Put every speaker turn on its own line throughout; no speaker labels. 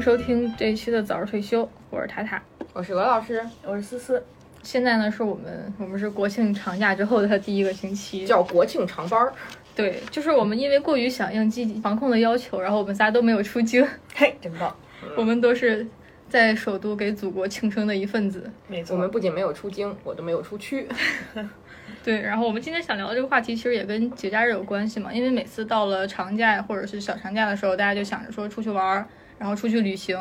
收听这一期的《早日退休》，我是塔塔。
我是罗老师，
我是思思，
现在呢，是我们我们是国庆长假之后的第一个星期，
叫国庆长班儿，
对，就是我们因为过于响应积极防控的要求，然后我们仨都没有出京，
嘿，真棒，
嗯
我们都是在首都给祖国庆生的一份子。
没
我们不仅没有出京，我都没有出区。
对，然后我们今天想聊的这个话题，其实也跟节假日有关系嘛，因为每次到了长假或者是小长假的时候，大家就想着说出去玩儿，然后出去旅行。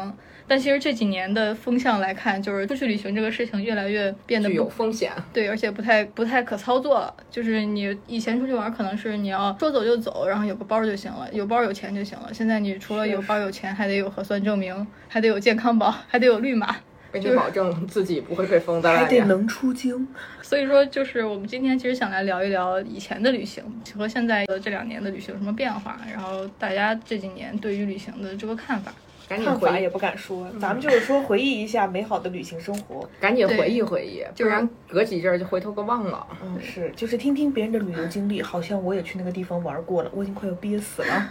但其实这几年的风向来看，就是出去旅行这个事情越来越变得
具
不
有风险，
对，而且不太不太可操作了。就是你以前出去玩，可能是你要说走就走，然后有个包就行了，有包有钱就行了。现在你除了有包有钱，还得有核酸证明，还得有健康宝，还得有绿码。
而且保证自己不会被封在
还
外
得
面。
能出京，
所以说，就是我们今天其实想来聊一聊以前的旅行和现在的这两年的旅行有什么变化，然后大家这几年对于旅行的这个看法。
赶紧
看法也
回，
不敢说，咱们就是说回忆一下美好的旅行生活，
赶紧
对
回忆回忆，不
就是
然隔几阵儿就回头给忘了。
嗯，是，就是听听别人的旅游经历，好像我也去那个地方玩过了，我已经快要憋死了。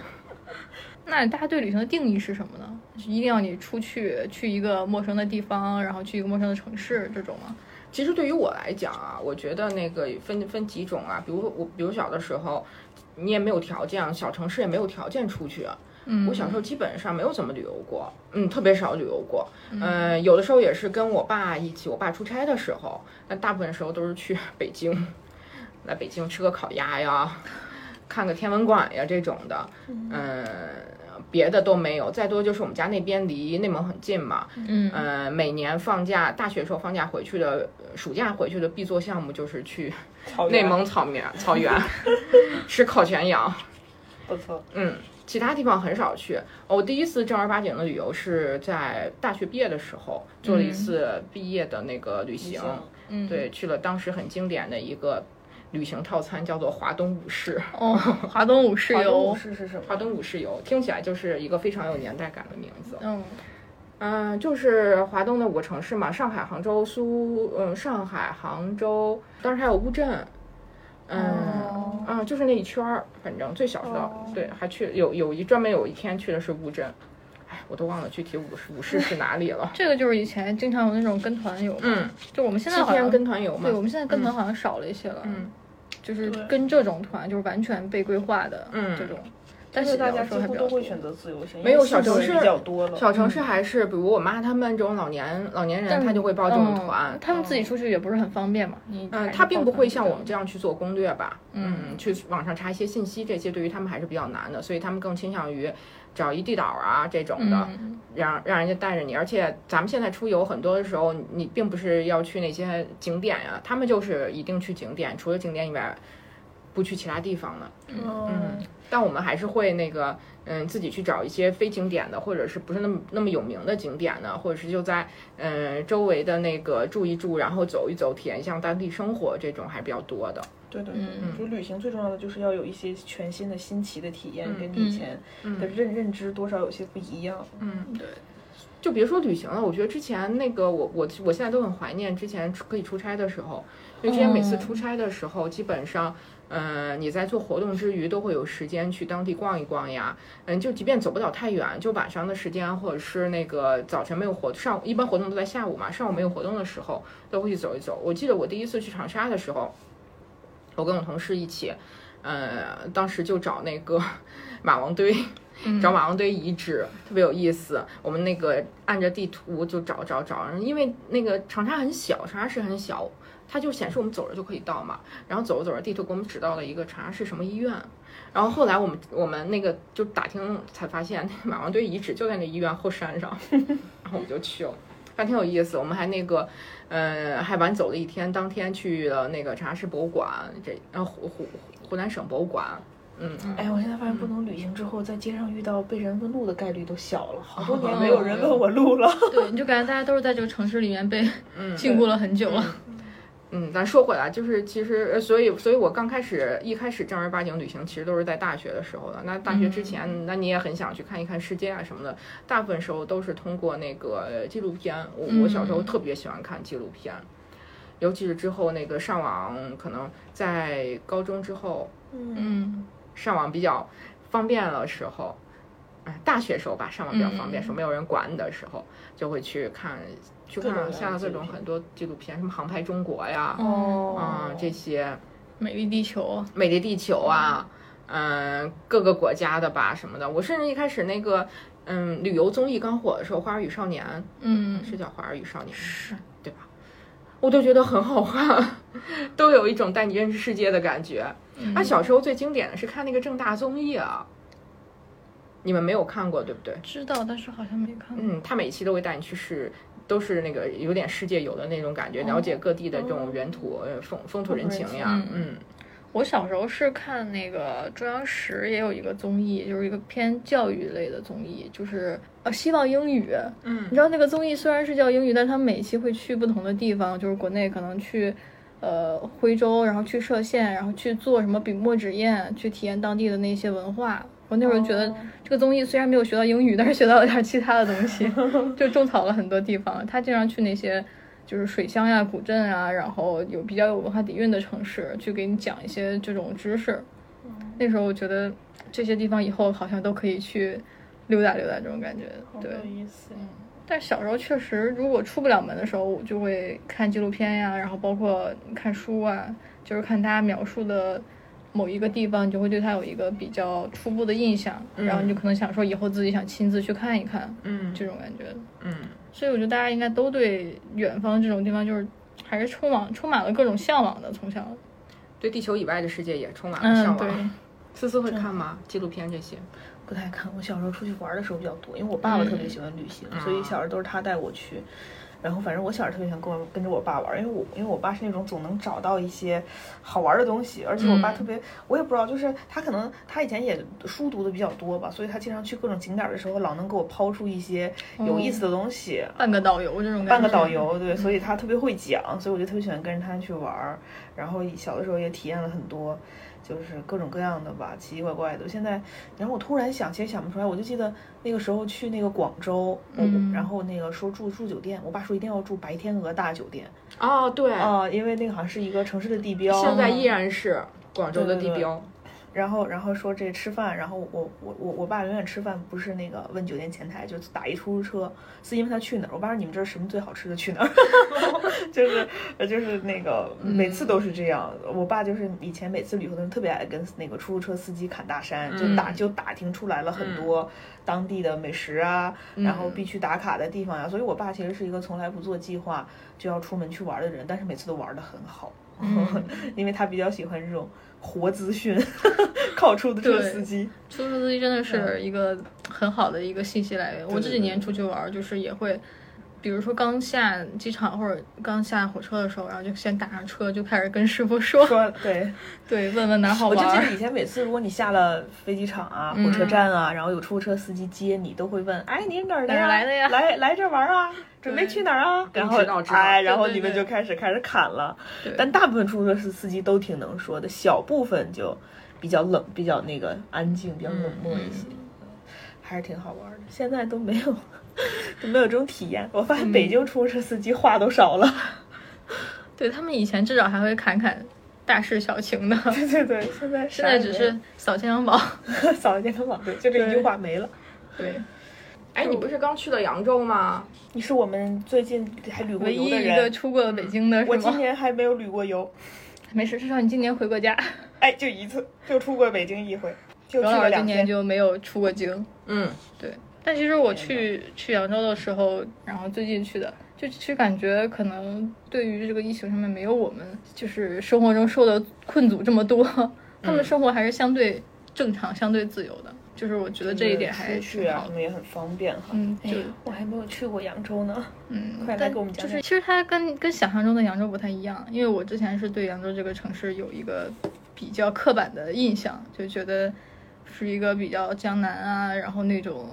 那大家对旅行的定义是什么呢？是一定要你出去去一个陌生的地方，然后去一个陌生的城市这种吗？
其实对于我来讲啊，我觉得那个分分几种啊，比如我，比如小的时候，你也没有条件，啊小城市也没有条件出去。啊
嗯，
我小时候基本上没有怎么旅游过，嗯，特别少旅游过。嗯、有的时候也是跟我爸一起，我爸出差的时候，但大部分时候都是去 北京，来北京吃个烤鸭呀，看个天文馆呀这种的，嗯、别的都没有。再多就是我们家那边离内蒙很近嘛，
嗯
呃，每年放假，大学时候放假回去的，呃暑假回去的必做项目就是去
草原
内蒙草原草原吃烤全羊。
不错，
嗯，其他地方很少去。哦我第一次正儿八经的旅游是在大学毕业的时候做了一次毕业的那个嗯旅行，
嗯，
对，去了当时很经典的一个旅行套餐，叫做华东五市。
哦，华东五市
华东
游
武，士是什么？
华东五市游听起来就是一个非常有年代感的名字。
嗯
嗯，就是华东的五个城市嘛，上海、杭州、苏，嗯，上海、杭州，当时还有乌镇，嗯，
哦，
啊，就是那一圈儿，反正最小的，
哦
对，还去有有一专门有一天去的是乌镇，哎，我都忘了具体五市五市是哪里了
这个就是以前经常有那种跟团游嘛，
嗯，
就我们现在
七
好像
天跟团游嘛
对，我们现在跟团好像少了一些了，
嗯，
就是
对
跟这种团就是完全被规划的
嗯
这种，但
但
是
是大
有
家
的时
几
候还
乎
比
都
较
会
多
选择自由行，
没有
因为
小城
性质
市
比较多
嗯
了，嗯
小城市还是比如我妈他们这种老年老年人，
但
他就会报这种
嗯
团，
他们自己出去也不是很方便嘛，你
嗯，他并不会像我们这
样，
样去做攻略吧，
嗯
嗯，去网上查一些信息，这些对于他们还是比较难的，所以他们更倾向于找一地导啊这种的，
嗯，
让让人家带着你。而且咱们现在出游，很多的时候你你并不是要去那些景点呀、他们就是一定去景点，除了景点以外，不去其他地方了。
嗯，
但我们还是会那个，嗯，自己去找一些非景点的，或者是不是那么那么有名的景点呢？或者是就在嗯周围的那个住一住，然后走一走，体验一下当地生活，这种还比较多的。
对对对，就旅行最重要的就是要有一些全新的、新奇的体验，跟你以前的认认知多少有些不一样。
嗯，
对，
就别说旅行了，我觉得之前那个我我我现在都很怀念之前出可以出差的时候，因为之前每次出差的时候，基本上，嗯、你在做活动之余都会有时间去当地逛一逛呀，嗯，就即便走不了太远，就晚上的时间或者是那个早晨没有活上午一般活动都在下午嘛，上午没有活动的时候都会去走一走。我记得我第一次去长沙的时候，我跟我同事一起，呃，当时就找那个 马王堆。找马王堆遗址，特别有意思。我们那个按着地图就找找找，因为那个长沙很小，长沙市很小，它就显示我们走着就可以到嘛。然后走着走着，地图给我们指到了一个长沙市什么医院。然后后来我们我们那个就打听才发现，那马王堆遗址就在那医院后山上，然后我们就去了。还挺有意思，我们还那个，呃，还晚走了一天，当天去了那个长沙市博物馆，这然后湖湖湖南省博物馆，嗯，
哎，我现在发现不能旅行之后，在街上遇到被人问路的概率都小了，好多年没有人问我路了。
对，你就感觉大家都是在这个城市里面被禁锢了很久了，
嗯，咱说回来，就是其实，呃所以，所以我刚开始一开始正儿八经旅行，其实都是在大学的时候的。那大学之前，
嗯
那你也很想去看一看世界啊什么的，大部分时候都是通过那个呃纪录片。我我小
嗯
时候特别喜欢看纪录片，尤其是之后那个上网，可能在高中之后
嗯，
嗯
上网比较方便的时候，哎，大学时候吧，上网比较方便，
嗯
时候没有人管你的时候，就会去看去
各种
看
的
下
纪
各
录
种
片
很多纪录片，什么《航拍中国》呀，
哦
嗯，这些
美丽地球，
《美丽地球》啊，嗯，各个国家的吧什么的。我甚至一开始那个，嗯，旅游综艺刚火的时候，《花儿与少年》
嗯，
是叫《花儿与少年》
是，
对吧？我都觉得很好看， 都有一种带你认识世界的感觉。
嗯
那啊小时候最经典的是看那个正大综艺啊，你们没有看过对不对？
知道，但是好像没看过。
嗯，他每期都会带你去试，都是那个有点世界游的那种感觉，了解各地的这种原土、呃风哦风土人情呀
风。土人
嗯，
我小时候是看那个中央十也有一个综艺，就是一个偏教育类的综艺，就是呃希望英语。
嗯
你知道那个综艺虽然是叫英语，但他每期会去不同的地方，就是国内可能去。呃，徽州，然后去歙县，然后去做什么笔墨纸砚，去体验当地的那些文化。我那会儿觉得
哦
这个综艺虽然没有学到英语，但是学到了点儿其他的东 西，就种草了很多地方。他经常去那些就是水乡呀、古镇啊，然后有比较有文化底蕴的城市，去给你讲一些这种知识。
哦
那时候我觉得这些地方以后好像都可以去溜达溜达，这种感觉。
好
对嗯
有，意思。
但小时候确实，如果出不了门的时候，我就会看纪录片呀，然后包括看书啊，就是看他描述的某一个地方，你就会对他有一个比较初步的印象，
嗯
然后你就可能想说以后自己想亲自去看一看，
嗯
这种感觉。
嗯，
所以我觉得大家应该都对远方这种地方，就是还是充满充满了各种向往的。从小，
对地球以外的世界也充
啊
满了
嗯，
向
对，
往。思思会看吗？纪录片这些？
不太看。我小时候出去玩的时候比较多，因为我爸爸特
嗯
别喜欢旅行，所
啊
以小时候都是他带我去。然后反正我小时候特别喜欢跟我跟着我爸玩，因为我因为我爸是那种总能找到一些好玩的东西，而且我
嗯
爸特别，我也不知道，就是他可能他以前也书读的比较多吧，所以他经常去各种景点的时候，老能给我抛出一些有意思的东西。
嗯半个导游这种感觉，
半个
嗯
导游，对，所以他特别会讲，所以我就特别喜欢跟着他去玩儿。然后小的时候也体验了很多，就是各种各样的吧，奇奇怪怪的。现在，然后我突然想，其实想不出来，我就记得那个时候去那个广州，我、
嗯
然后那个说住住酒店，我爸说一定要住白天鹅大酒店
哦，对，
啊、因为那个好像是一个城市的地标。
现在依然是广州的
对对
地
对
标。
然后然后说这吃饭，然后我我我我爸永远吃饭不是那个问酒店前台，就打一出租车，司机问他去哪儿，我爸说你们这儿什么最好吃的去哪儿， 就是呃就是那个每次都是这样，我爸就是以前每次旅游的时候特别爱跟那个出租车司机侃大山，就打就打听出来了很多当地的美食啊，然后必须打卡的地方呀、所以我爸其实是一个从来不做计划就要出门去玩的人，但是每次都玩的很好。因为他比较喜欢这种活资讯， 靠出租车
对
司机。
出租车司机真的是一个很好的一个信息来源。我这几年出去玩，儿，就是也会，比如说刚下机场或者刚下火车的时候，然后就先打上车，就开始跟师傅说，
说对，
对，问问哪儿好
我就
玩
记
儿。嗯
得以前每次如果你下了飞机场啊、火车站啊，然后有出租车司机接你，都会问：“哎，你是哪儿的
哪
呀？
儿来的呀
来来这儿玩啊，准备
对
去哪儿啊？”然后
知道知道
哎，
对
然后
对
你们
对
就开始开始侃了
对。
但大部分出租车司司机都挺能说的，小部分就比较冷，比较那个安静，比较冷漠一
嗯
些。嗯还是挺好玩的，现在都没有 都没有这种体验。我发
嗯
现北京出租车司机话都少了，
对他们以前至少还会侃侃大事小情 的，
对对对，现在
现
现
在只是扫健康宝。
扫了健康宝，对，就这一句话没了。
对，
哎，你不是刚去了扬州吗？
你是我们最近还旅过
唯
游
一
的
一个
人，
出过北京的
我
是
今
吗？
年还没有旅过游，
没事，至少你今年回过家。
哎，就一次，就出过北京一回，就去
刘老
了
师今
两
年
天。
就没有出过京。
嗯，
对，但其实我去去扬州的时候，然后最近去的，就其实感觉可能对于这个疫情上面没有我们就是生活中受的困阻这么多， 他们生活还是相对正常、相对自由的，就是我觉得这一点还
出去
挺
啊，
好
我
的。
们也很方便哈。哎
嗯，就
我还没有去过扬州呢，
嗯，
快来
但
给我们讲
就是其实它跟跟想象中的扬州不太一样，因为我之前是对扬州这个城市有一个比较刻板的印象，就觉得是一个比较江南啊，然后那种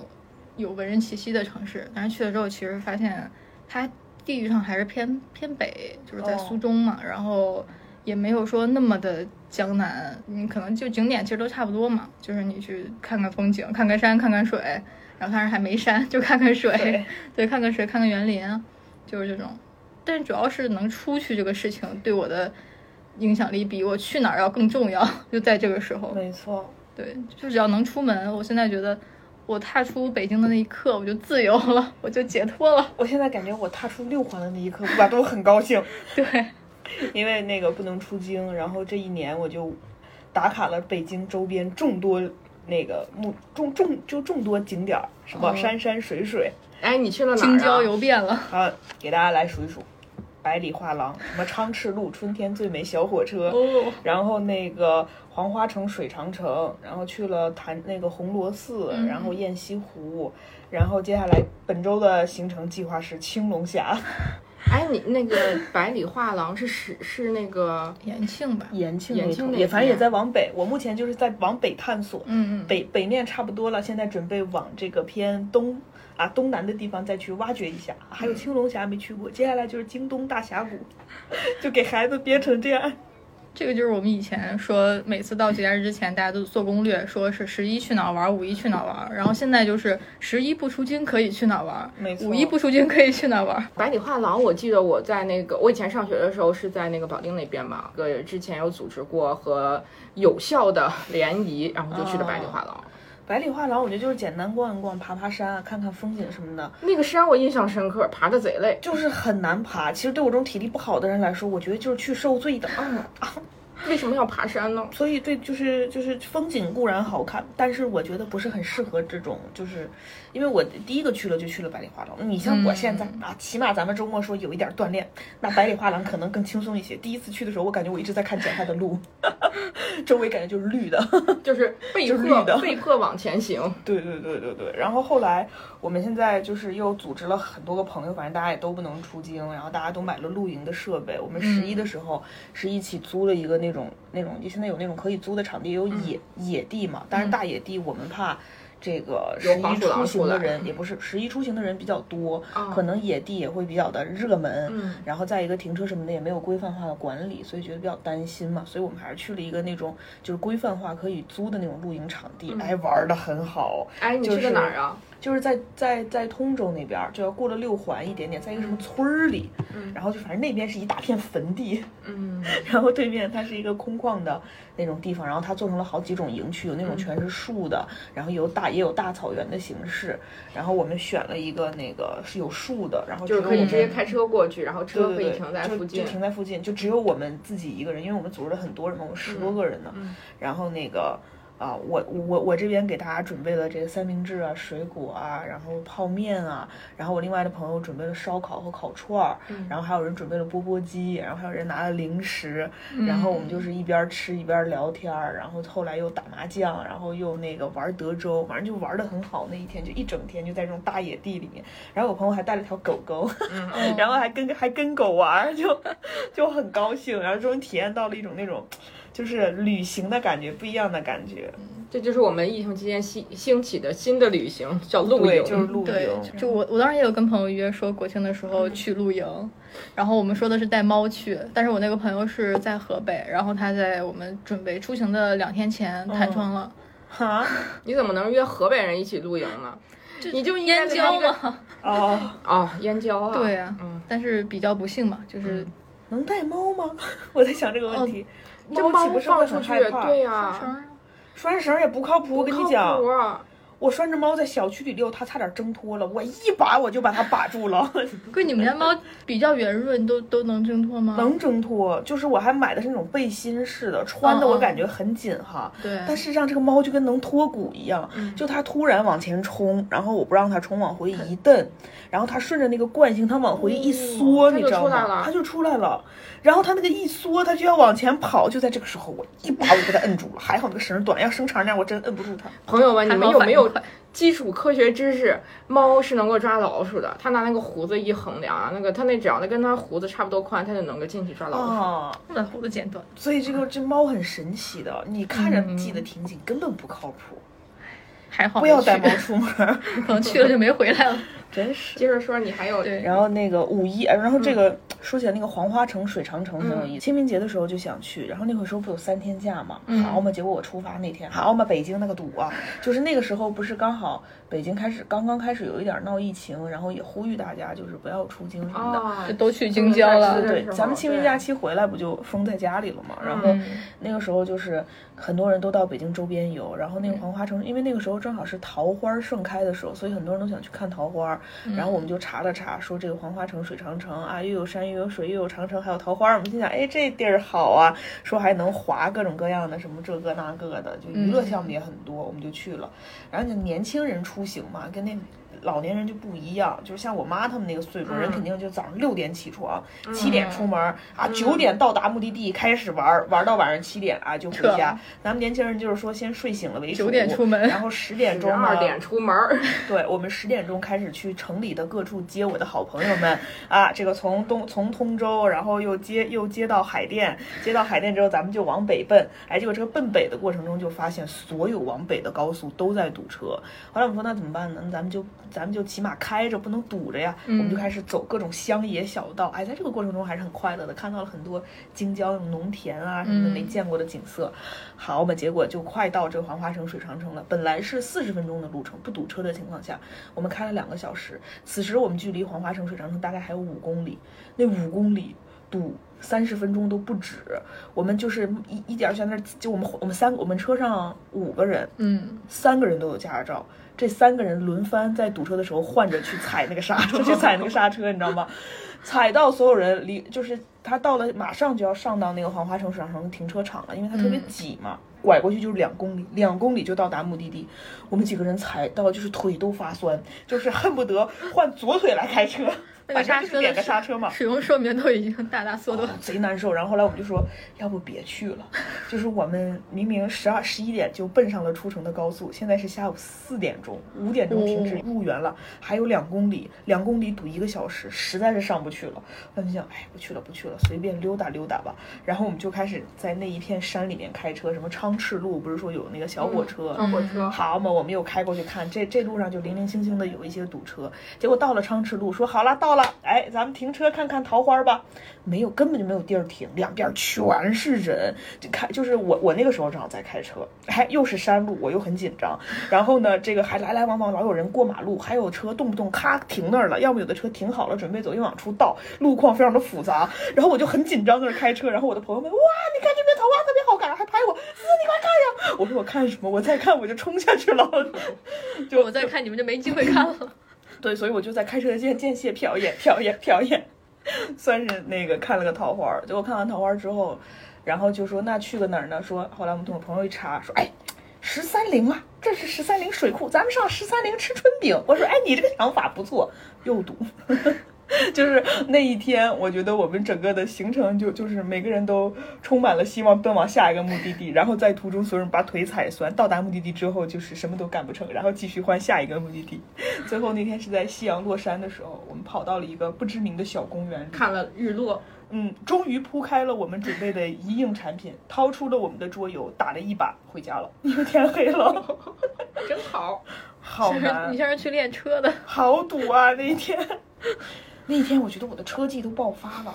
有文人气息的城市。但是去了之后，其实发现它地域上还是偏偏北，就是在
哦
苏中嘛，然后也没有说那么的江南。你可能就景点其实都差不多嘛，就是你去看看风景，看看山，看看水，然后当然还没山，就看看水，
对
对，看看水，看看园林，就是这种。但主要是能出去这个事情对我的影响力比我去哪儿要更重要，就在这个时候。
没错，
对，就只要能出门，我现在觉得我踏出北京的那一刻，我就自由了，我就解脱了。
我现在感觉我踏出六环的那一刻，我都很高兴，
对，
因为那个不能出京，然后这一年我就打卡了北京周边众多那个目众众就众多景点儿，什么
嗯
山山水水
哎，你去了哪儿、啊？
京郊游遍了。
啊，给大家来数一数，百里画廊，什么昌赤路春天最美小火车，
哦，
然后那个黄花城、水长城，然后去了潭那个红螺寺，
嗯
然后雁西湖，然后接下来本周的行程计划是青龙峡、
哎，你那个百里画廊是是是那个
延庆吧，
延庆
延庆那
也反正也
边
在往北。我目前就是在往北探索，
嗯嗯，
北北面差不多了，现在准备往这个偏东。啊，东南的地方再去挖掘一下，还
嗯
有青龙峡没去过，接下来就是京东大峡谷， 就给孩子憋成这样。
这个就是我们以前说，每次到节假日之前，大家都做攻略，说是十一去哪儿玩，五一去哪儿玩。然后现在就是十一不出京可以去哪儿玩，
没错
五一不出京可以去哪儿玩。
百里画廊，我记得我在那个我以前上学的时候是在那个保定那边嘛，呃，之前有组织过和有效的联谊，然后就去了百里画廊。
百里画廊，我觉得就是简单逛一逛，爬爬山啊，看看风景什么的。
那个山我印象深刻，爬的贼累。
就是很难爬。其实对我这种体力不好的人来说，我觉得就是去受罪的。
嗯，为什么要爬山呢？
所以对，就是就是风景固然好看，但是我觉得不是很适合这种，就是因为我第一个去了就去了百里画廊。你像我现在、啊，起码咱们周末说有一点锻炼，那百里画廊可能更轻松一些。第一次去的时候，我感觉我一直在看脚下的路， 周围感觉就是绿的。
就是被
就是绿的
迫被迫往前行。
对对对对对，然后后来我们现在就是又组织了很多个朋友，反正大家也都不能出京，然后大家都买了露营的设备。我们十一的
嗯
时候是一起租了一个那种那种，就现在有那种可以租的场地，也有野、
嗯
野地嘛。但是大野地我们怕这个
有
十一
黄鼠狼
出行
出
的
来
人也不是十一出行的人比较多，
哦
可能野地也会比较的热门。
嗯，
然后再一个停车什么的也没有规范化的管理，所以觉得比较担心嘛，所以我们还是去了一个那种就是规范化可以租的那种露营场地，哎，玩的很好，
嗯哎，你
就是
去的哪儿啊？
就是在在在通州那边儿，就要过了六环一点点，在一个什么村儿里，
嗯
然后就反正那边是一大片坟地，
嗯，
然后对面它是一个空旷的那种地方，然后它做成了好几种营区，有那
嗯
种全是树的，然后有大也有大草原的形式，然后我们选了一个那个是有树的，然后
就是
只有
可以
我
直接
们
开车过去，然后
对
车可
对对，
以停在
就
附近
就。停在附近，就只有我们自己一个人，因为我们组织了很多人嘛，我们十多个人呢。
嗯
然后那个啊、我我我这边给大家准备了这个三明治啊、水果啊，然后泡面啊，然后我另外的朋友准备了烧烤和烤串儿，
嗯
然后还有人准备了钵钵鸡，然后还有人拿了零食，
嗯
然后我们就是一边吃一边聊天儿，然后后来又打麻将，然后又那个玩德州，反正就玩的很好。那一天就一整天就在这种大野地里面，然后我朋友还带了条狗狗。
哦
嗯
然后还跟还跟狗玩儿，就就很高兴，然后终于体验到了一种那种就是旅行的感觉，不一样的感觉。
这就是我们疫情期间兴兴起的新的旅行，叫露
对，
营。
就是露
对
营，，
就我我当时也有跟朋友约说国庆的时
嗯
候去露营，然后我们说的是带猫去，但是我那个朋友是在河北，然后他在我们准备出行的两天
哦
前弹窗了，
哈
你怎么能约河北人一起露营呢？你就应该
燕
跟
郊
他们
嘛，
哦，
哦，燕郊啊。
对呀、
嗯
但是比较不幸嘛，就是
嗯能带猫吗？ 我在想这个问题，
这
猫
猫
岂不是会
放
很
出去
害，怕
对
上
呀，
升
拴绳儿也不靠谱。我跟你讲
靠谱，啊
我拴着猫在小区里遛，它差点挣脱了，我一把我就把它把住了，
可你们家猫比较圆润，都都能挣脱吗？
能挣脱。就是我还买的是那种背心式的，穿的
嗯
我
嗯
感觉很紧哈。
对，
嗯
但事实上，这个猫就跟能脱骨一样，就它突然往前冲，然后我不让它冲，往回一蹬，然后它顺着那个惯性，它往回一缩，
哦
你知
它就出
道
来
吗
了？
它就出来了。然后它那个一缩，它就要往前跑，就在这个时候，我一把我就给它摁住了。还好那个绳儿短，要绳长那样，我真摁不住它。
朋友们，你
还
们
好
有
反
没
应
有
快
基础科学知识？猫是能够抓老鼠的，它拿那个胡子一衡量啊，那个它那只要那跟它胡子差不多宽，它就能够进去抓老鼠。
啊，
把胡子剪短。
所以这个这猫很神奇的，你看着
嗯
系得挺紧，根本不靠谱。
还好
不
没
哦
要
去
带猫出门儿，
可能去了就没回来了。
真是。
接着说，你还有
对
然后那个五一，呃然后
嗯
这个、说起来那个黄花城、水长城很有意思。清明节的时候就想去，然后那会儿时候不有三天假嘛，
嗯
好嘛，结果我出发那天，好嘛，北京那个堵啊，就是那个时候不是刚好北京开始刚刚开始有一点闹疫情，然后也呼吁大家就是不要出京什么的。呃
哦
就，都去京郊
是
了
的。
对
时，候
咱们清明
对
假期回来不就封在家里了嘛？然后
嗯，
那个时候就是很多人都到北京周边游，然后那个黄花城，因为那个时候正好是桃花盛开的时候，所以很多人都想去看桃花。然后我
嗯
们就查了查，说这个黄花城、水长城啊，又有山又有水又有长城，还有桃花。我们心想，哎，这地儿好啊，说还能滑各种各样的什么这个那个的，就娱乐项
嗯
目也很多，我们就去了。然后就年轻人出行嘛，跟那。老年人就不一样，就是像我妈他们那个岁数，人
嗯
肯定就早上六点起床，七点出门啊，九
嗯
点到达目的地开始玩儿，玩到晚上七点啊就回
扯
家。咱们年轻人就是说先睡醒了为主，
九点出门
然后十点钟啊
二
呢
点出门儿，
对我们十点钟开始去城里的各处接我的好朋友们啊，这个从东从通州，然后又接又接到海淀，接到海淀之后咱们就往北奔，哎，结果这个奔北的过程中就发现所有往北的高速都在堵车。后来我们说那怎么办呢？那咱们就咱们就起码开着，不能堵着呀，我们就开始走各种乡野小道，哎，在这个过程中还是很快乐的，看到了很多京郊那种农田啊什么的
嗯
没见过的景色。好嘛，结果就快到这个黄花城、水长城了。本来是四十分钟的路程，不堵车的情况下，我们开了两个小时。此时我们距离黄花城、水长城大概还有五公里，那五公里堵三十分钟都不止。我们就是一一点儿就在那儿，就我们我们三个我们车上五个人，
嗯，
三个人都有驾照，这三个人轮番在堵车的时候换着去踩那个刹 车，去踩那个刹车，你知道吗？踩到所有人离，就是他到了，马上就要上到那个黄花城水长城停车场了，因为它
嗯
特别挤嘛。拐过去就是两公里，两公里就到达目的地。我们几个人踩到就是腿都发酸，就是恨不得换左腿来开车，
那个
反正
刹车
就是
的
点个刹车嘛。
使用说明都已经大大缩短。
贼难受。然后后来我们就说，要不别去了。就是我们明明十二十一点就奔上了出城的高速，现在是下午四点钟，五点钟停止
哦
入园了，还有两公里，两公里堵一个小时，实在是上不去了。我们就想，哎，不去了，不去了，随便溜达溜达吧。然后我们就开始在那一片山里面开车，什么昌赤路不是说有那个小火车，
上火车。
好嘛，我们又开过去看，这这路上就零零星星的有一些堵车。结果到了昌赤路，说好了，到了，哎，咱们停车看看桃花吧。没有，根本就没有地儿停，两边全是人。就开，就是我我那个时候正好在开车，还又是山路，我又很紧张。然后呢，这个还来来往往，老有人过马路，还有车动不动咔停那儿了，要么有的车停好了准备走，又往出倒，路况非常的复杂。然后我就很紧张在那儿开车，然后我的朋友们哇，你看这边桃花特别好看，还拍我，思思你快看呀！我说我看什么？我再看我就冲下去了。就
我再看你们就没机会看了。
对，所以我就在开车的间间歇瞟一眼，瞟一眼，瞟一眼， 算是那个看了个桃花儿。结果看完桃花儿之后，然后就说那去个哪儿呢？说后来我们同我朋友一查，说哎，十三陵啊，这是十三陵水库，咱们上十三陵吃春饼。我说哎，你这个想法不错，又堵。 就是那一天，我觉得我们整个的行程就就是每个人都充满了希望，奔往下一个目的地，然后在途中所有人把腿踩酸，到达目的地之后就是什么都干不成，然后继续换下一个目的地。最后那天是在夕阳落山的时候，我们跑到了一个不知名的小公园里，
看了日落，
嗯，终于铺开了我们准备的一应产品，掏出了我们的桌游，打了一把回家 了，因为天黑了，
真好。
好难
你，像是去练车的，
好堵啊！那一天， 那一天我觉得我的车技都爆发了。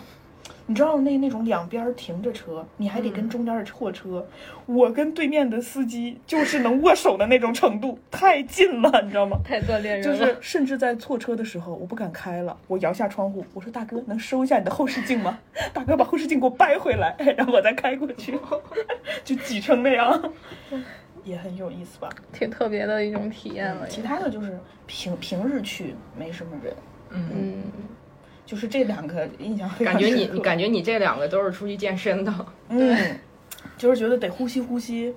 你知道那那种两边停着车，你还得跟中间的货车，我跟对面的司机就是能握手的那种程度，太近了，你知道吗？
太锻炼人
就
了。
是甚至在错车的时候，我不敢开了，我摇下窗户，我说大哥，能收一下你的后视镜吗？大哥把后视镜给我掰回来，然后我再开过去，就挤成那样，也很有意思吧。
挺特别的一种体验了。
其他的就是平平日去没什么人，
嗯，
嗯，
就是这两个印象非常
感觉你
深刻
你感觉你这两个都是出去健身的，
嗯，就是觉得得呼吸呼吸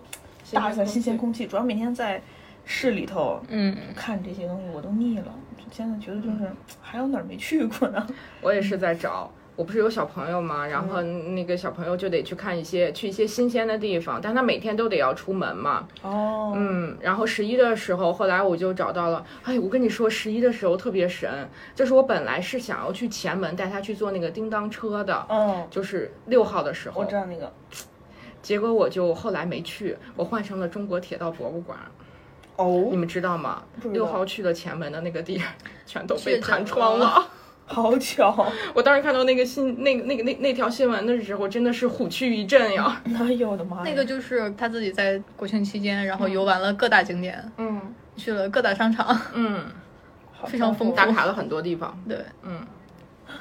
大自然新鲜
空
空气，主要每天在市里头
嗯，
看这些东西我都腻了，现在觉得就是还有哪儿没去过呢？
气。我也是在找。我不是有小朋友嘛，然后那个小朋友就得去看一些去一些新鲜的地方，但他每天都得要出门嘛，
哦，嗯。
嗯，然后十一的时候，后来我就找到了。哎，我跟你说，十一的时候特别神，就是我本来是想要去前门带他去坐那个叮当车的，
哦
嗯
就是六号的时
我
候
知，道那个
结果我就后来没去，我换成了中国铁道博物馆。
哦
你，们知道吗？
不知
六
道
号去的前门的那个地儿全都
确
被
诊
弹窗
了
了。
好巧！
我当时看到那个新那个那个那那条新闻的时候，真的是虎躯一震呀。
哎呦我的妈呀！
那个就是他自己在国庆期间，然后游玩了各大景点，
嗯
去了各大商场。
嗯，
好
非常丰富
打卡了很多地方。
对，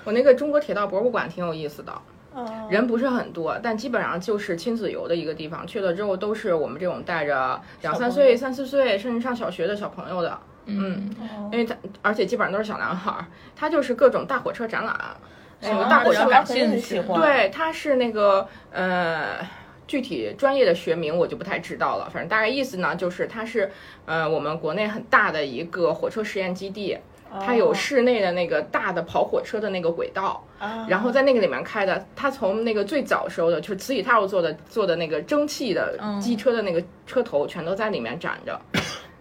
我那个中国铁道博物馆挺有意思的，
啊
人不是很多，但基本上就是亲子游的一个地方。去了之后都是我们这种带着两三岁、三四岁，甚至上小学的小朋友的，
嗯，
哦
因为他而且基本上都是小男孩儿，他就是各种大火车
哦
展览，什么大
伙
火
就
车
感兴
展，
趣
很很喜欢，，
对，他是那个呃。具体专业的学名我就不太知道了，反正大概意思呢，就是它是，呃，我们国内很大的一个火车实验基地，它
哦
有室内的那个大的跑火车的那个轨道，
啊，
然后在那个里面开的，它从那个最早时候的，就是磁体踏入做的做的那个蒸汽的
嗯
机车的那个车头，全都在里面展 着。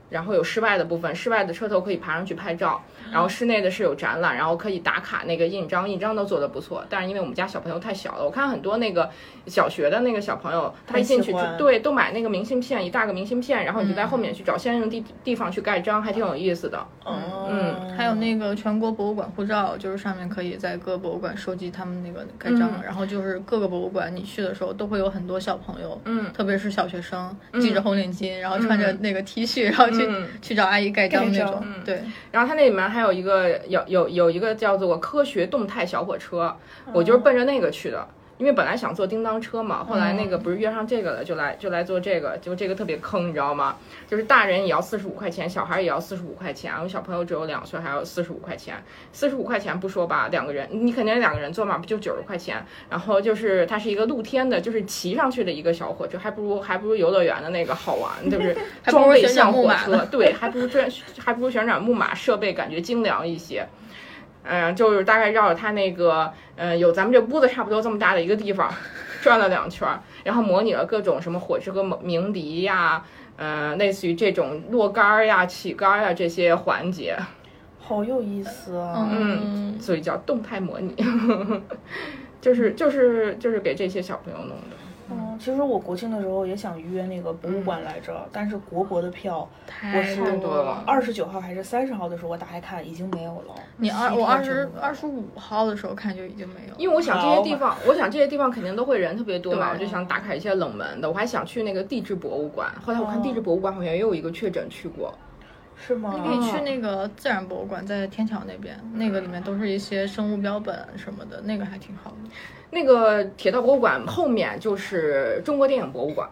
然后有室外的部分，室外的车头可以爬上去拍照，
嗯
然后室内的是有展览，然后可以打卡那个印章，印章都做得不错。但是因为我们家小朋友太小了，我看很多那个小学的那个小朋友，他一进去
很喜欢
对都买那个明信片，一大个明信片，然后你就在后面去找相应地地方去盖章，还挺有意思的。
嗯
还有那个全国博物馆护照，就是上面可以在各博物馆收集他们那个盖章，
嗯
然后就是各个博物馆你去的时候都会有很多小朋友，
嗯
特别是小学生，系着红领巾，然后穿着那个 T 恤，然后去、
嗯
去找阿姨盖章
盖
那
章
种，对，
然后它那里面还有一个有有有一个叫做科学动态小火车，我就是奔着那个去的。因为本来想坐叮当车嘛，后来那个不是约上这个了，就来就来坐这个，就这个特别坑，你知道吗？就是大人也要四十五块钱，小孩也要四十五块钱，我小朋友只有两岁，还要四十五块钱。四十五块钱不说吧，两个人你肯定两个人坐嘛，不就九十块钱？然后就是它是一个露天的，就是骑上去的一个小火车，还不如还不如游乐园的那个好玩，对不对？
还不如
装备
旋转
像
木
火
马呢
车，对，还不如这还不如旋转木马，设备感觉精良一些。嗯、就是大概绕着它那个，嗯、有咱们这屋子差不多这么大的一个地方，转了两圈儿，然后模拟了各种什么火车鸣鸣笛呀，呃，类似于这种落杆儿呀、起杆儿呀这些环节，
好有意思啊，
嗯，
所以叫动态模拟， 就是就是就是给这些小朋友弄的。
嗯，其实我国庆的时候也想约那个博物馆来
嗯
着，但是国博的票我
太
是
太多了
二十九号还是三十号的时候，我打开看已经没有了。
你二
西
我
天
二十
真的
二十五号的时候看就已经没有了，
因为我想这些地方，我想这些地方肯定都会人特别多嘛，我就想打卡一些冷门的。我还想去那个地质博物馆，后来我看地质
哦
博物馆好像也有一个确诊去过，
是吗？
可以去那个自然博物馆，在天桥那边，那个里面都是一些生物标本什么的，那个还挺好的。
那个铁道博物馆后面就是中国电影博物馆，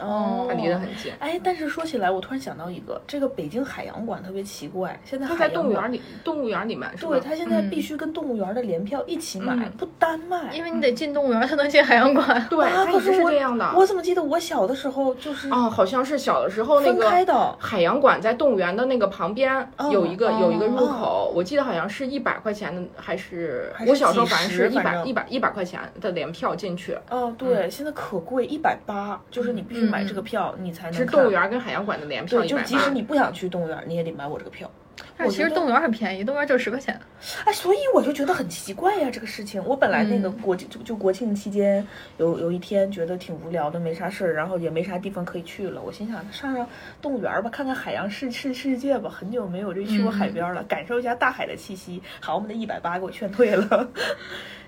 哦
它离得很近。
哎，但是说起来，我突然想到一个，这个北京海洋馆特别奇怪，现在
它
海
在
洋
动物
馆
园里，动物园里面是吧
对，？它现在
嗯
必须跟动物园的联票一起买，
嗯
不单卖。
因为你得进动物园才能进海洋馆。
对，
啊，
它
可
一
是
直是
我
这样的。
我怎么记得我小的时候就是
哦，好像是小的时候那
分开
个
的
海洋馆在动物园的那个旁边
哦
有一个
哦
有一个入口，我记得好像是一百块钱的，还是
还是
我小时候
几
反正
十
是一
反
百
正
一百一百块钱的联票进去，
哦，
嗯
对，现在可贵，一百八，就是你必须买这个票，你才能
是
看
嗯动物。园跟海洋馆的联票
对，
一
就
百
即使
八。
你不想去动物园，你也得买我这个票。
但是其实
我觉得
动物园很便宜，动物园就十块钱。
哎，所以我就觉得很奇怪呀、这个事情。我本来那
嗯
个国庆、就就国庆期间有有一天觉得挺无聊的，没啥事儿，然后也没啥地方可以去了。我心想上上动物园儿吧，看看海洋世世世界吧。很久没有这
嗯
去过海边儿了，感受一下大海的气息。好，我们的一百八给我劝退了。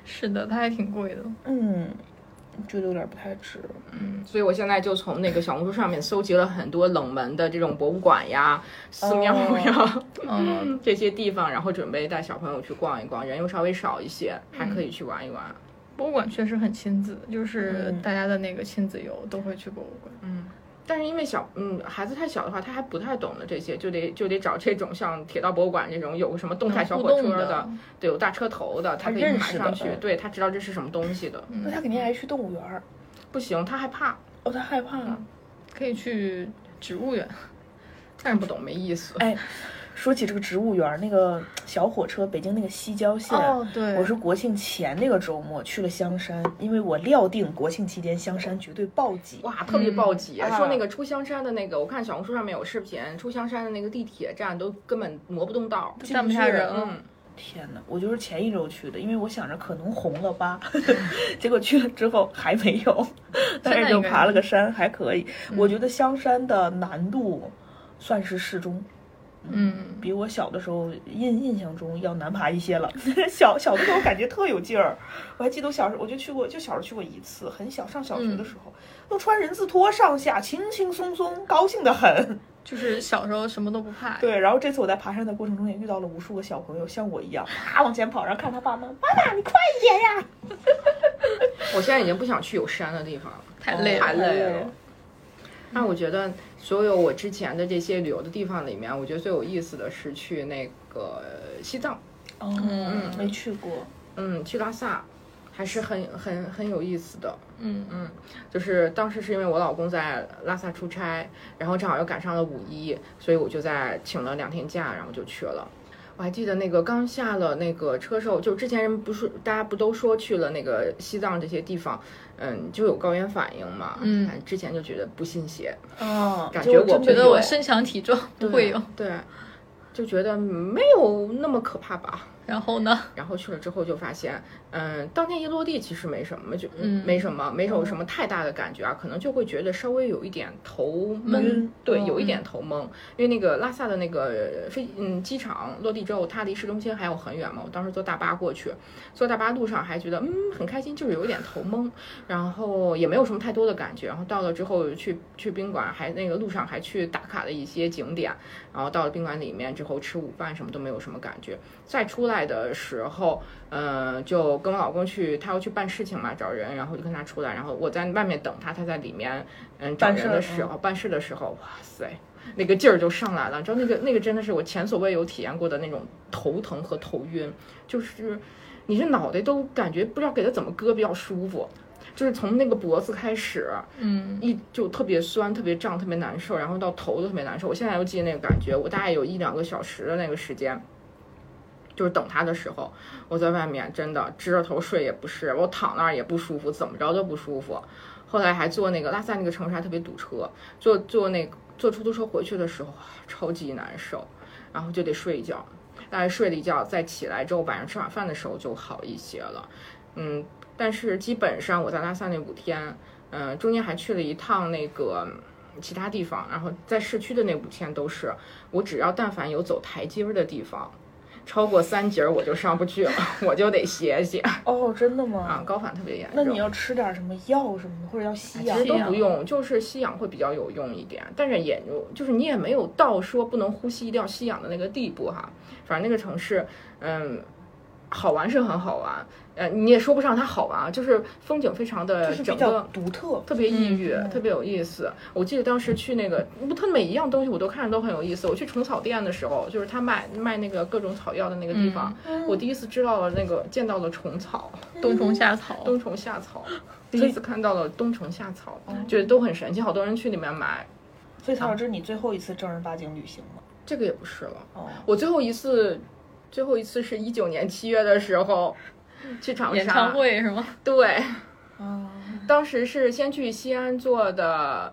是的，它还挺贵的。
嗯，觉得有点不太值。
所以我现在就从那个小红书上面搜集了很多冷门的这种博物馆呀、寺庙
哦
呀、
嗯，
这些地方，然后准备带小朋友去逛一逛，人又稍微少一些，还
嗯
可以去玩一玩。
博物馆确实很亲子，就是
嗯
大家的那个亲子游都会去博物馆。
嗯但是因为小，嗯，孩子太小的话，他还不太懂得这些，就得就得找这种像铁道博物馆这种有个什么动
嗯
态小
互
火
动
车
的嗯
对，有大车头的，他可以
认
爬
识
上
的
去
嗯，
对他知道这是什么东西的。
那他肯定还是去动物园儿。
不行，他害怕，
哦，他害怕。
可以去植物园。
但是不懂没意思。
哎，说起这个植物园儿，那个小火车，北京那个西郊线。
哦，对，
我是国庆前那个周末去了香山，因为我料定国庆期间香山绝对暴挤。
哇，特别暴挤、
嗯
说那个出香山的那个，我看小红书上面有视频，出香山的那个地铁站都根本挪不动道。
站不下人了。
嗯，
天哪！我就是前一周去的，因为我想着可能红了吧， 结果去了之后还没有，但
现在
是就
应该
爬了个山，还可以。我觉得香山的难度算是适中，
嗯，
比我小的时候印印象中要难爬一些了。 小小的时候感觉特有劲儿，我还记得我小时候我就去过，就小时候去过一次，很小上小
嗯
学的时候，都穿人字拖上下，轻轻松松，高兴的很。
就是小时候什么都不
哎
怕，
对，然后这次我在爬山的过程中也遇到了无数个小朋友，像我一样，啪往前跑，然后看他爸妈，妈妈你快一点呀！
我现在已经不想去有山的地方了，
太累
太
了。
累
哦
了。那我觉得所有我之前的这些旅游的地方里面，我觉得最有意思的是去那个西藏，
嗯，没去过，
嗯，去拉萨，还是很很很有意思的。
嗯
嗯，就是当时是因为我老公在拉萨出差，然后正好又赶上了五一，所以我就在请了两天假，然后就去了。我还记得那个刚下了那个车时候，就之前人不是大家不都说去了那个西藏这些地方，嗯，就有高原反应嘛，
嗯，
之前就觉得不信邪，
嗯，
感
就
觉
真
我
没
觉得
有
我身强体壮，不会有。
对，就觉得没有那么可怕吧。
然后呢？
然后去了之后就发现，嗯，当天一落地其实没什么，就
嗯
没什么，没有什么太大的感觉啊，可能就会觉得稍微有一点头闷
闷，
对，
嗯
有一点头懵，因为那个拉萨的那个飞嗯机场落地之后，它离市中心还有很远嘛，我当时坐大巴过去，坐大巴路上还觉得嗯很开心，就是有一点头懵，然后也没有什么太多的感觉，然后到了之后去去宾馆，还那个路上还去打卡了一些景点，然后到了宾馆里面之后吃午饭什么都没有什么感觉。再出来的时候，嗯、就跟我老公去，他要去办事情嘛，找人，然后就跟他出来，然后我在外面等他，他在里面，嗯，找
办事
人
儿
的时候，办事的时候，哇塞，那个劲儿就上来了，你知道那个那个真的是我前所未有体验过的那种头疼和头晕，就是你这脑袋都感觉不知道给他怎么搁比较舒服。就是从那个脖子开始，
嗯，
一就特别酸、特别胀、特别难受，然后到头都特别难受。我现在又记得那个感觉，我大概有一两个小时的那个时间，就是等他的时候，我在外面真的支着头睡也不是，我躺那儿也不舒服，怎么着都不舒服。后来还坐那个拉萨那个城市还特别堵车，坐坐那个坐出租车回去的时候哇超级难受，然后就得睡一觉。大概睡了一觉，再起来之后，晚上吃晚饭的时候就好一些了。嗯，但是基本上我在拉萨那五天，嗯、中间还去了一趟那个嗯其他地方，然后在市区的那五天都是，我只要但凡有走台阶儿的地方，超过三节儿我就上不去了， 我就得歇歇
哦，真的吗？
啊，高反特别严重。
那你要吃点什么药什么的，或者要吸
其
氧
实
吸
都
氧
不用，就是吸氧会比较有用一点，但是也就是你也没有到说不能呼吸一定要吸氧的那个地步哈。反正那个城市，嗯，好玩是很好玩，呃，你也说不上它好玩啊，就是风景非常的
就是
整
比
个
较独特。
特别抑郁，
嗯
特别有意思。我记得当时去那个，它每一样东西我都看着都很有意思。我去虫草店的时候，就是他卖卖那个各种草药的那个地方，
嗯
我第一次知道了那个见到了虫草，
冬虫夏草，
冬虫 夏草，第一次看到了冬虫夏草，
哦
觉得都很神奇，好多人去里面买。
啊
所以曹老师，你最后一次正儿八经旅行吗？
这个也不是了，
哦，
我最后一次，最后一次是一九年七月的时候。去长沙
演唱会是吗？
对，
啊，
当时是先去西安做的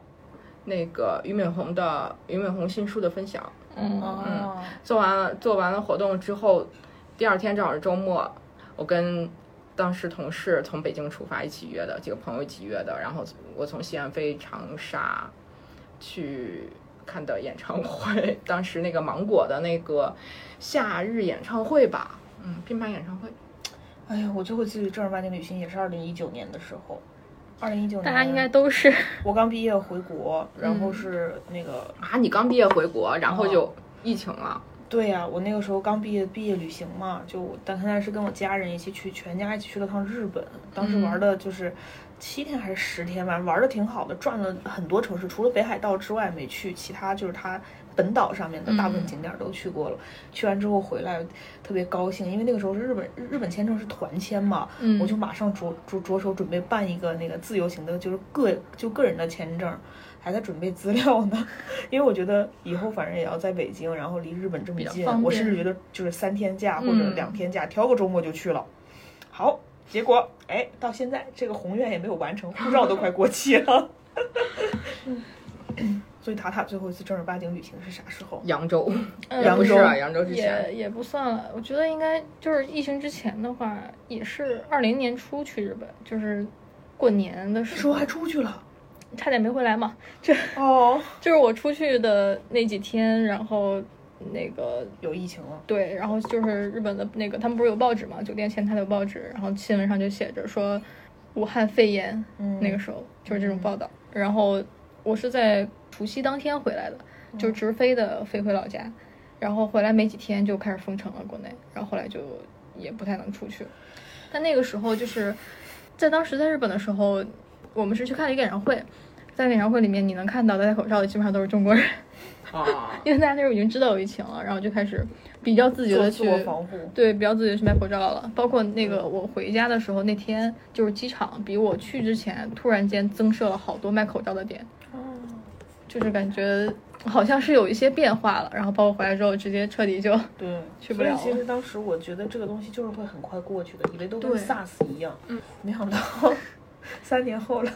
那个俞敏洪的俞敏洪新书的分享，
嗯，
哦，
做完了做完了活动之后，第二天正好是周末，我跟当时同事从北京出发一起约的，几个朋友一起约的，然后我从西安飞长沙去看的演唱会， 当时那个芒果的那个夏日演唱会吧，嗯，拼盘演唱会，
哎呀，我最后一次正儿八经旅行也是二零一九年的时候，二零一九年
大家应该嗯都是
我刚毕业回国，然后是那个、
啊，你刚毕业回国，然后就疫情了，
对呀、我那个时候刚毕业毕业旅行嘛，就我但当时是跟我家人一起去，全家一起去了趟日本，当时玩的就是七天还是十天吧，玩的挺好的，转了很多城市，除了北海道之外没去，其他就是它本岛上面的大部分景点都去过了。去完之后回来特别高兴，因为那个时候是日本日日本签证是团签嘛，
嗯
我就马上着着着手准备办一个那个自由行的，就是个就个人的签证。还在准备资料呢， 因为我觉得以后反正也要在北京，然后离日本这么
比较
近
方，便
我甚至觉得就是三天假或者
嗯
两天假，挑个周末就去了。好，结果哎，到现在这个宏愿也没有完成，护照都快过期了。 所以塔塔最后一次正儿八经旅行是啥时候？
扬州，
嗯
也不是啊，扬
扬州
州之前
也也不算了，我觉得应该就是疫情之前的话，也是二零年初去日本，就是过年的
那
时
时候
候
还出去了，
差点没回来嘛。
哦，
就是我出去的那几天，然后那个
有疫情了，
对，然后就是日本的那个，他们不是有报纸嘛，酒店前台的有报纸，然后新闻上就写着说武汉肺炎，
嗯
那个时候就是这种报道。然后我是在除夕当天回来的，
嗯
就直飞的飞回老家，然后回来没几天就开始封城了国内，然后后来就也不太能出去。但那个时候就是在当时在日本的时候，我们是去看了一个演唱会，在演唱会里面你能看到戴口罩的基本上都是中国人，
啊，
因为大家那时候已经知道有疫情了，然后就开始比较自觉
做
的
自
去
我防护，
对，比较自觉去买口罩了。包括那个
嗯
我回家的时候，那天就是机场比我去之前突然间增设了好多卖口罩的店，就是感觉好像是有一些变化了。然后包括回来之后，直接彻底就
对，
去不
所以
了
其
了
实当时我觉得这个东西就是会很快过去的，以为都跟
对
SARS 一样，嗯，没想到 三年后了，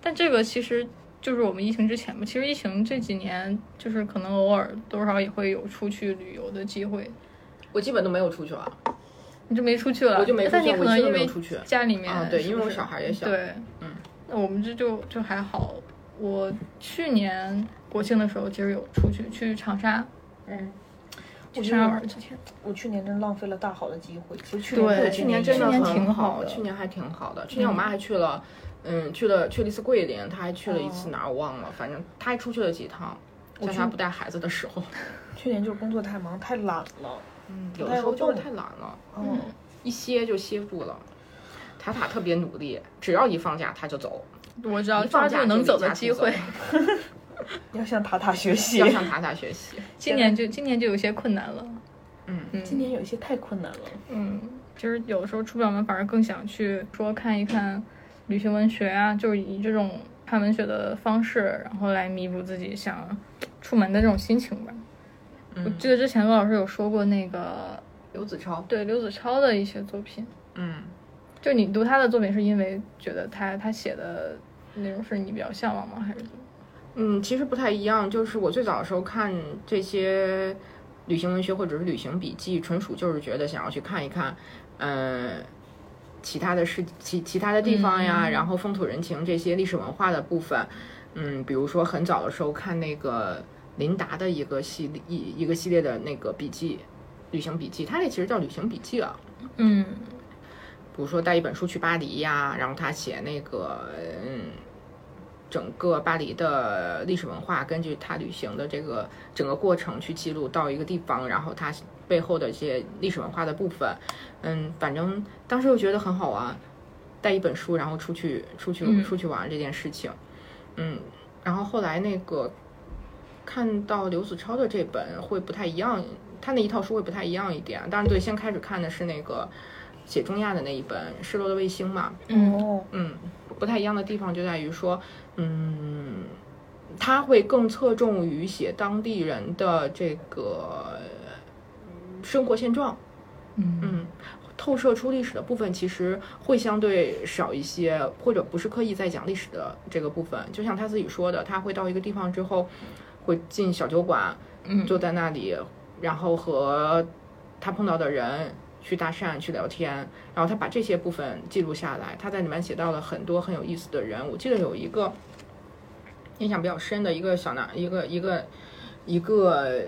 但这个其实就是我们疫情之前嘛，其实疫情这几年就是可能偶尔多少也会有出去旅游的机会，
我基本都没有出去玩，
你就没出去了，
我就没出
啊但
去，
你
我
可能
一次都
因
没有
为
出去。
家里面
啊对
是
因为
不
我
是
小孩也小
对，
嗯，
那我们这就就还好。我去年国庆的时候，其实有出去去长沙，
嗯。
去长
我
沙
觉
玩儿
得
之前，
我去年真浪费了大好的机会。其实去年
对
特别
去年真的
去年
很
挺
好
好的
去年还挺好的。去年我妈还去了，嗯，去了去了一次桂林，她还去了一次
哦
哪儿我忘了，反正她还出去了几趟。在
去
她不带孩子的时候，
去年就是工作太忙太懒了。
嗯，有的时候就是太懒了，
嗯，
一歇就歇住了。塔塔特别努力，只要一放假她就走，
我知道
一
抓
放
住
假
能
就
走
离
的
家
机
出走
会。
要向塔塔学习
要。向塔塔学习。
今
对
年就今年就有些困难了。
嗯
嗯，
今年有一些太困难了。
嗯，其实有的时候出不了门，反而更想去说看一看旅行文学啊，就是以这种看文学的方式，然后来弥补自己想出门的这种心情吧。我
嗯
记得之前罗老师有说过那个
刘子超，
对刘子超的一些作品，
嗯，
就你读他的作品是因为觉得他他写的内容是你比较向往吗？还是怎么？
嗯，其实不太一样，就是我最早的时候看这些旅行文学或者是旅行笔记，纯属就是觉得想要去看一看，嗯、其他的世其其他的地方呀，然后风土人情这些历史文化的部分，嗯，比如说很早的时候看那个琳达的一个系列一一个系列的那个笔记，旅行笔记，它这其实叫旅行笔记了。
嗯
比如说带一本书去巴黎呀、然后他写那个嗯，整个巴黎的历史文化，根据他旅行的这个整个过程去记录到一个地方，然后他背后的一些历史文化的部分，嗯，反正当时又觉得很好玩，带一本书然后出去出去
嗯
出去玩这件事情，嗯，然后后来那个看到刘子超的这本会不太一样，他那一套书会不太一样一点，当然对，先开始看的是那个。写中亚的那一本《失落的卫星》嘛，
嗯
哦，
嗯，不太一样的地方就在于说，嗯，他会更侧重于写当地人的这个嗯生活现状，
嗯
嗯，透射出历史的部分其实会相对少一些，或者不是刻意在讲历史的这个部分。就像他自己说的，他会到一个地方之后，会进小酒馆，
嗯，
坐在那里，然后和他碰到的人去搭讪、去聊天，然后他把这些部分记录下来。他在里面写到了很多很有意思的人，我记得有一个印象比较深的一个小男，一个一个一个，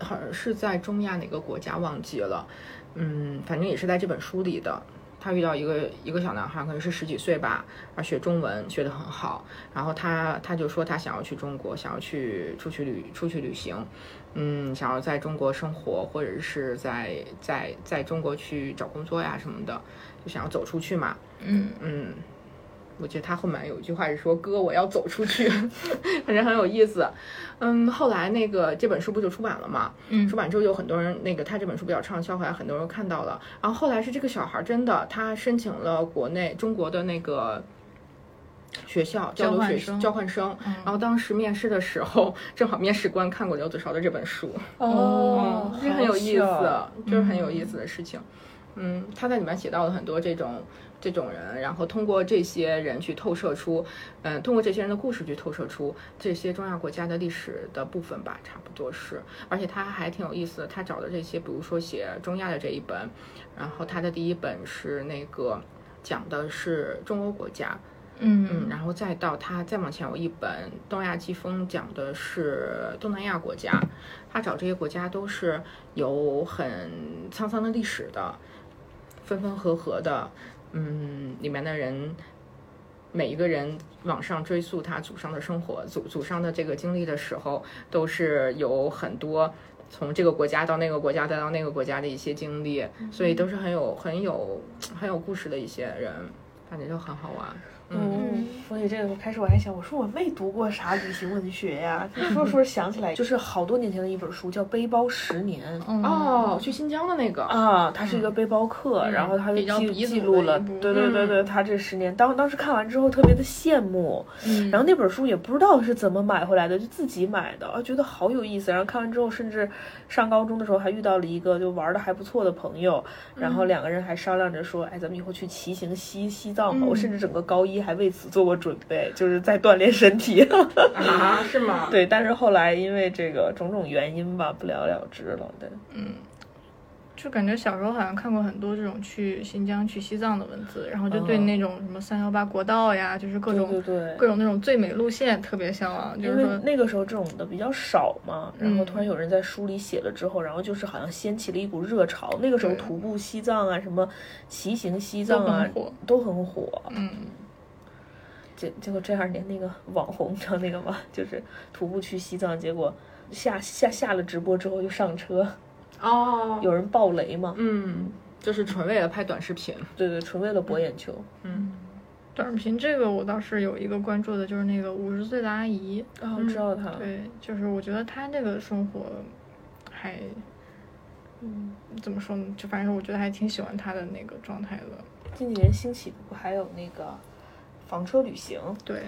好像是在中亚哪个国家忘记了，嗯，反正也是在这本书里的。他遇到一个一个小男孩，可能是十几岁吧，而学中文学得很好，然后他他就说他想要去中国，想要去出去旅出去旅行，嗯，想要在中国生活，或者是在在在中国去找工作呀什么的，就想要走出去嘛。
嗯
嗯，我觉得他后面有一句话是说：“哥，我要走出去。” 反正很有意思。嗯，后来那个这本书不就出版了嘛？
嗯
出版之后有很多人，那个他这本书比较畅销，后来很多人看到了。然后后来是这个小孩儿真的，他申请了国内中国的那个学校交
交
流
换
学
生
交换生。
嗯
然后当时面试的时候，正好面试官看过刘子超的这本书，
哦
这很有意思
好巧，
就是很有意思的事情。嗯，他在里面写到了很多这种这种人，然后通过这些人去透射出，嗯，通过这些人的故事去透射出这些中亚国家的历史的部分吧，差不多是。而且他还挺有意思的，他找的这些，比如说写中亚的这一本，然后他的第一本是那个讲的是中欧国家，
嗯
嗯，然后再到它再往前有一本《东亚季风》，讲的是东南亚国家，他找这些国家都是有很沧桑的历史的，分分合合的，嗯，里面的人。每一个人往上追溯他祖上的生活、祖祖上的这个经历的时候，都是有很多从这个国家到那个国家再到那个国家的一些经历，所以都是很有很有很有故事的一些人，反正就很好玩。
嗯，所以这个开始我还想，我说我没读过啥旅行文学呀，说着说着想起来，就是好多年前的一本书叫《背包十年》。
嗯
哦，去新疆的那个，
啊，他是一个背包客，然后他就
嗯比较
记
鼻祖
记
的
录
一
了
部，嗯
对对对对，他这十年当当时看完之后特别的羡慕，
嗯
然后那本书也不知道是怎么买回来的，就自己买的，啊，觉得好有意思。然后看完之后，甚至上高中的时候还遇到了一个就玩的还不错的朋友，然
嗯
后两个人还商量着说，哎，咱们以后去骑行西西藏吧。我
嗯
甚至整个高一还为此做过准备，就是在锻炼 身体。
啊，是吗？
对，但是后来因为这个种种原因吧，不了了之了。对，
就感觉小时候好像看过很多这种去新疆、去西藏的文字，然后就对
嗯
那种什么三幺八国道呀，就是各种
对对对。
各种那种最美路线特别向往，就
因
是
为
说，
那个时候这种的比较少嘛，然后
嗯
突然有人在书里写了之后，然后就是好像掀起了一股热潮。那个时候
对
徒步西藏啊，什么骑行西藏啊，
都很火
都很火。
嗯，
结结果这二年那个网红，你知道那个吗？就是徒步去西藏，结果下下下了直播之后就上车，
哦，
有人爆雷嘛？
嗯，就是纯为了拍短视频。
对对，纯为了博眼球。
短视频这个我倒是有一个关注的，就是那个五十岁的阿姨，
啊，我知道
嗯
他。
嗯对，就是我觉得她那个生活还，嗯，怎么说呢？就反正我觉得还挺喜欢她的那个状态的，
近几年兴起的不还有那个房车旅行？
对，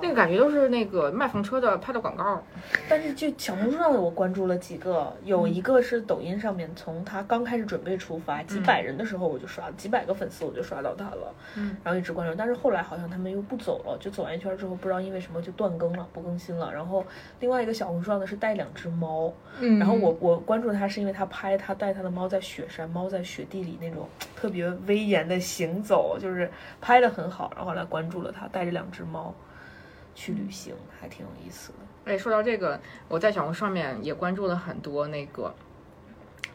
那个感觉都是那个卖房车的拍的广告，
但是就小红书上我关注了几个，有一个是抖音上面，从他刚开始准备出发几百人的时候我就刷，几百个粉丝我就刷到他了，
嗯，
然后一直关注，但是后来好像他们又不走了，就走完一圈之后不知道因为什么就断更了，不更新了。然后另外一个小红书上的是带两只猫，
嗯，
然后我我关注他是因为他拍他带他的猫在雪山，猫在雪地里那种 特别威严的行走，就是拍的很好，然后后来关注了他带着两只猫去旅行，还挺有意思的。
哎，说到这个，我在小红书上面也关注了很多那个，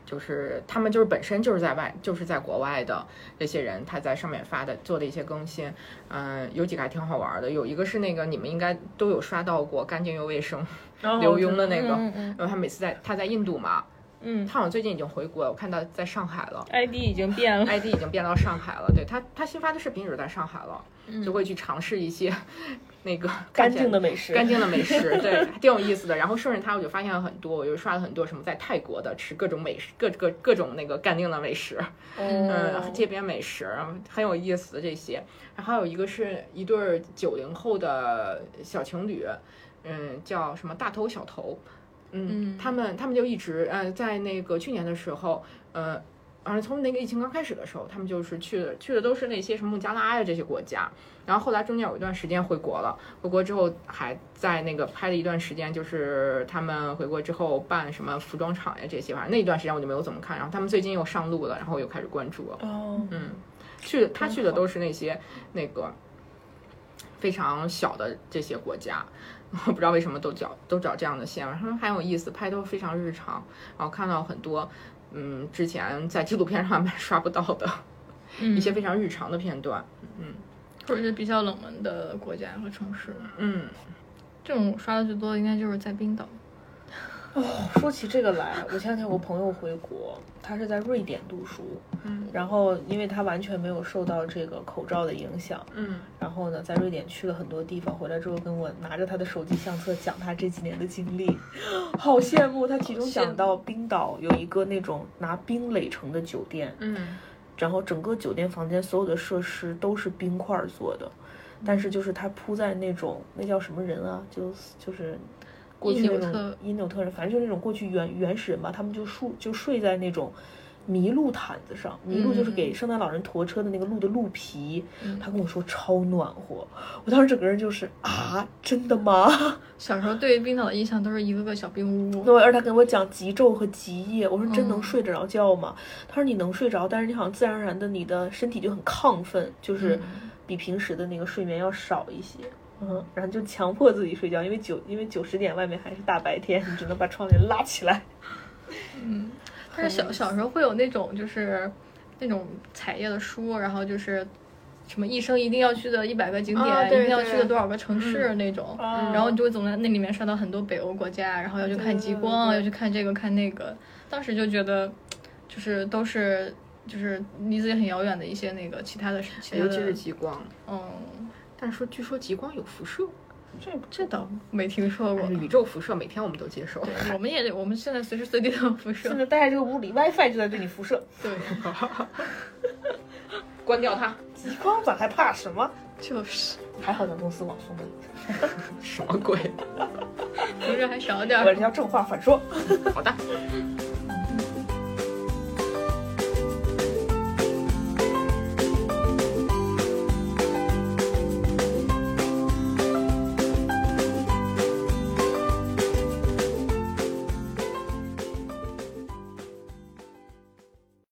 就是他们就是本身就是在外，就是在国外的这些人，他在上面发的做的一些更新，嗯、有几个还挺好玩的，有一个是那个你们应该都有刷到过“干净又卫生
哦”
刘墉的那个，
嗯嗯
然后他每次在他在印度嘛，
嗯
他好像最近已经回国了，我看到在上海了。
，ID 已经变了。
ID 已经变到上海了，对他，他新发的视频也是在上海了，
嗯
就会去尝试一些 那个
干
看起来
净的美食，
干净的美食，对，还挺有意思的。然后顺着它，我就发现了很多，我就刷了很多什么在泰国的吃各种美食，各各各种那个干净的美食，
哦
嗯，街边美食很有意思的这些。然后还有一个是一对九零后的小情侣，嗯，叫什么大头小头，嗯，他们他们就一直呃在那个去年的时候，呃。而从那个疫情刚开始的时候，他们就是去的去的都是那些什么孟加拉呀这些国家，然后后来中间有一段时间回国了，回国之后还在那个拍了一段时间，就是他们回国之后办什么服装厂呀这些，反正那一段时间我就没有怎么看。然后他们最近又上路了，然后我又开始关注了。
哦，
嗯，去他去的都是那些那个非常小的这些国家， 我不知道为什么都找都找这样的线，他们很有意思，拍都非常日常，然后看到很多嗯之前在纪录片上面刷不到的一些非常日常的片段。
或者是比较冷门的国家和城市，
嗯，
这种我刷的最多的应该就是在冰岛，
说起这个来，我前两天有个朋友回国，他是在瑞典读书，
嗯，
然后因为他完全没有受到这个口罩的影响，
嗯，
然后呢，在瑞典去了很多地方，回来之后跟我拿着他的手机相册讲他这几年的经历，好羡慕。他其中讲到冰岛有一个那种拿冰垒成的酒店，
嗯，
然后整个酒店房间所有的设施都是冰块儿做的，
嗯
但是就是它铺在那种那叫什么人啊，就就是过去那
因纽
种
特
因纽特人，反正就是那种过去原原始人吧，他们就睡就睡在那种。麋鹿毯子上，麋鹿
嗯
就是给圣诞老人驮车的那个鹿的鹿皮，他跟我说超暖和，我当时整个人就是啊，真的吗？
小时候对冰岛的印象都是一个个小冰屋，
对，而他给我讲极昼和极夜，我说
嗯
真能睡得着
嗯
觉吗？他说你能睡着，但是你好像自然而然的，你的身体就很亢奋，就是比平时的那个睡眠要少一些。嗯，然后就强迫自己睡觉，因为九因为九十点外面还是大白天，你只能把窗帘拉起来。
嗯，但是小小时候会有那种就是那种彩页的书，然后就是什么一生一定要去的一百个景点，
啊
一
对
定要
对嗯
去的多少个城市那种，
啊
嗯然后你就会总在那里面刷到很多北欧国家，然后要去看极光，
对对对
要去看这个看那个，当时就觉得就是都是。就是离自己很遥远的一些那个其他的事，其他
尤其是
的，
极光。
嗯，
但是说据说极光有辐射，
这
这倒没听说过
但。是宇宙辐射每天我们都接受。
对我们也我们现在随时随地都有辐
甚
射，
至待在这个屋里，WiFi 就在对你辐射，
对，
关掉它，
极光咱还怕什么？
就是
还好咱公司网封了，
什么鬼？
辐射还少点儿
我。这叫正话反说。
好的。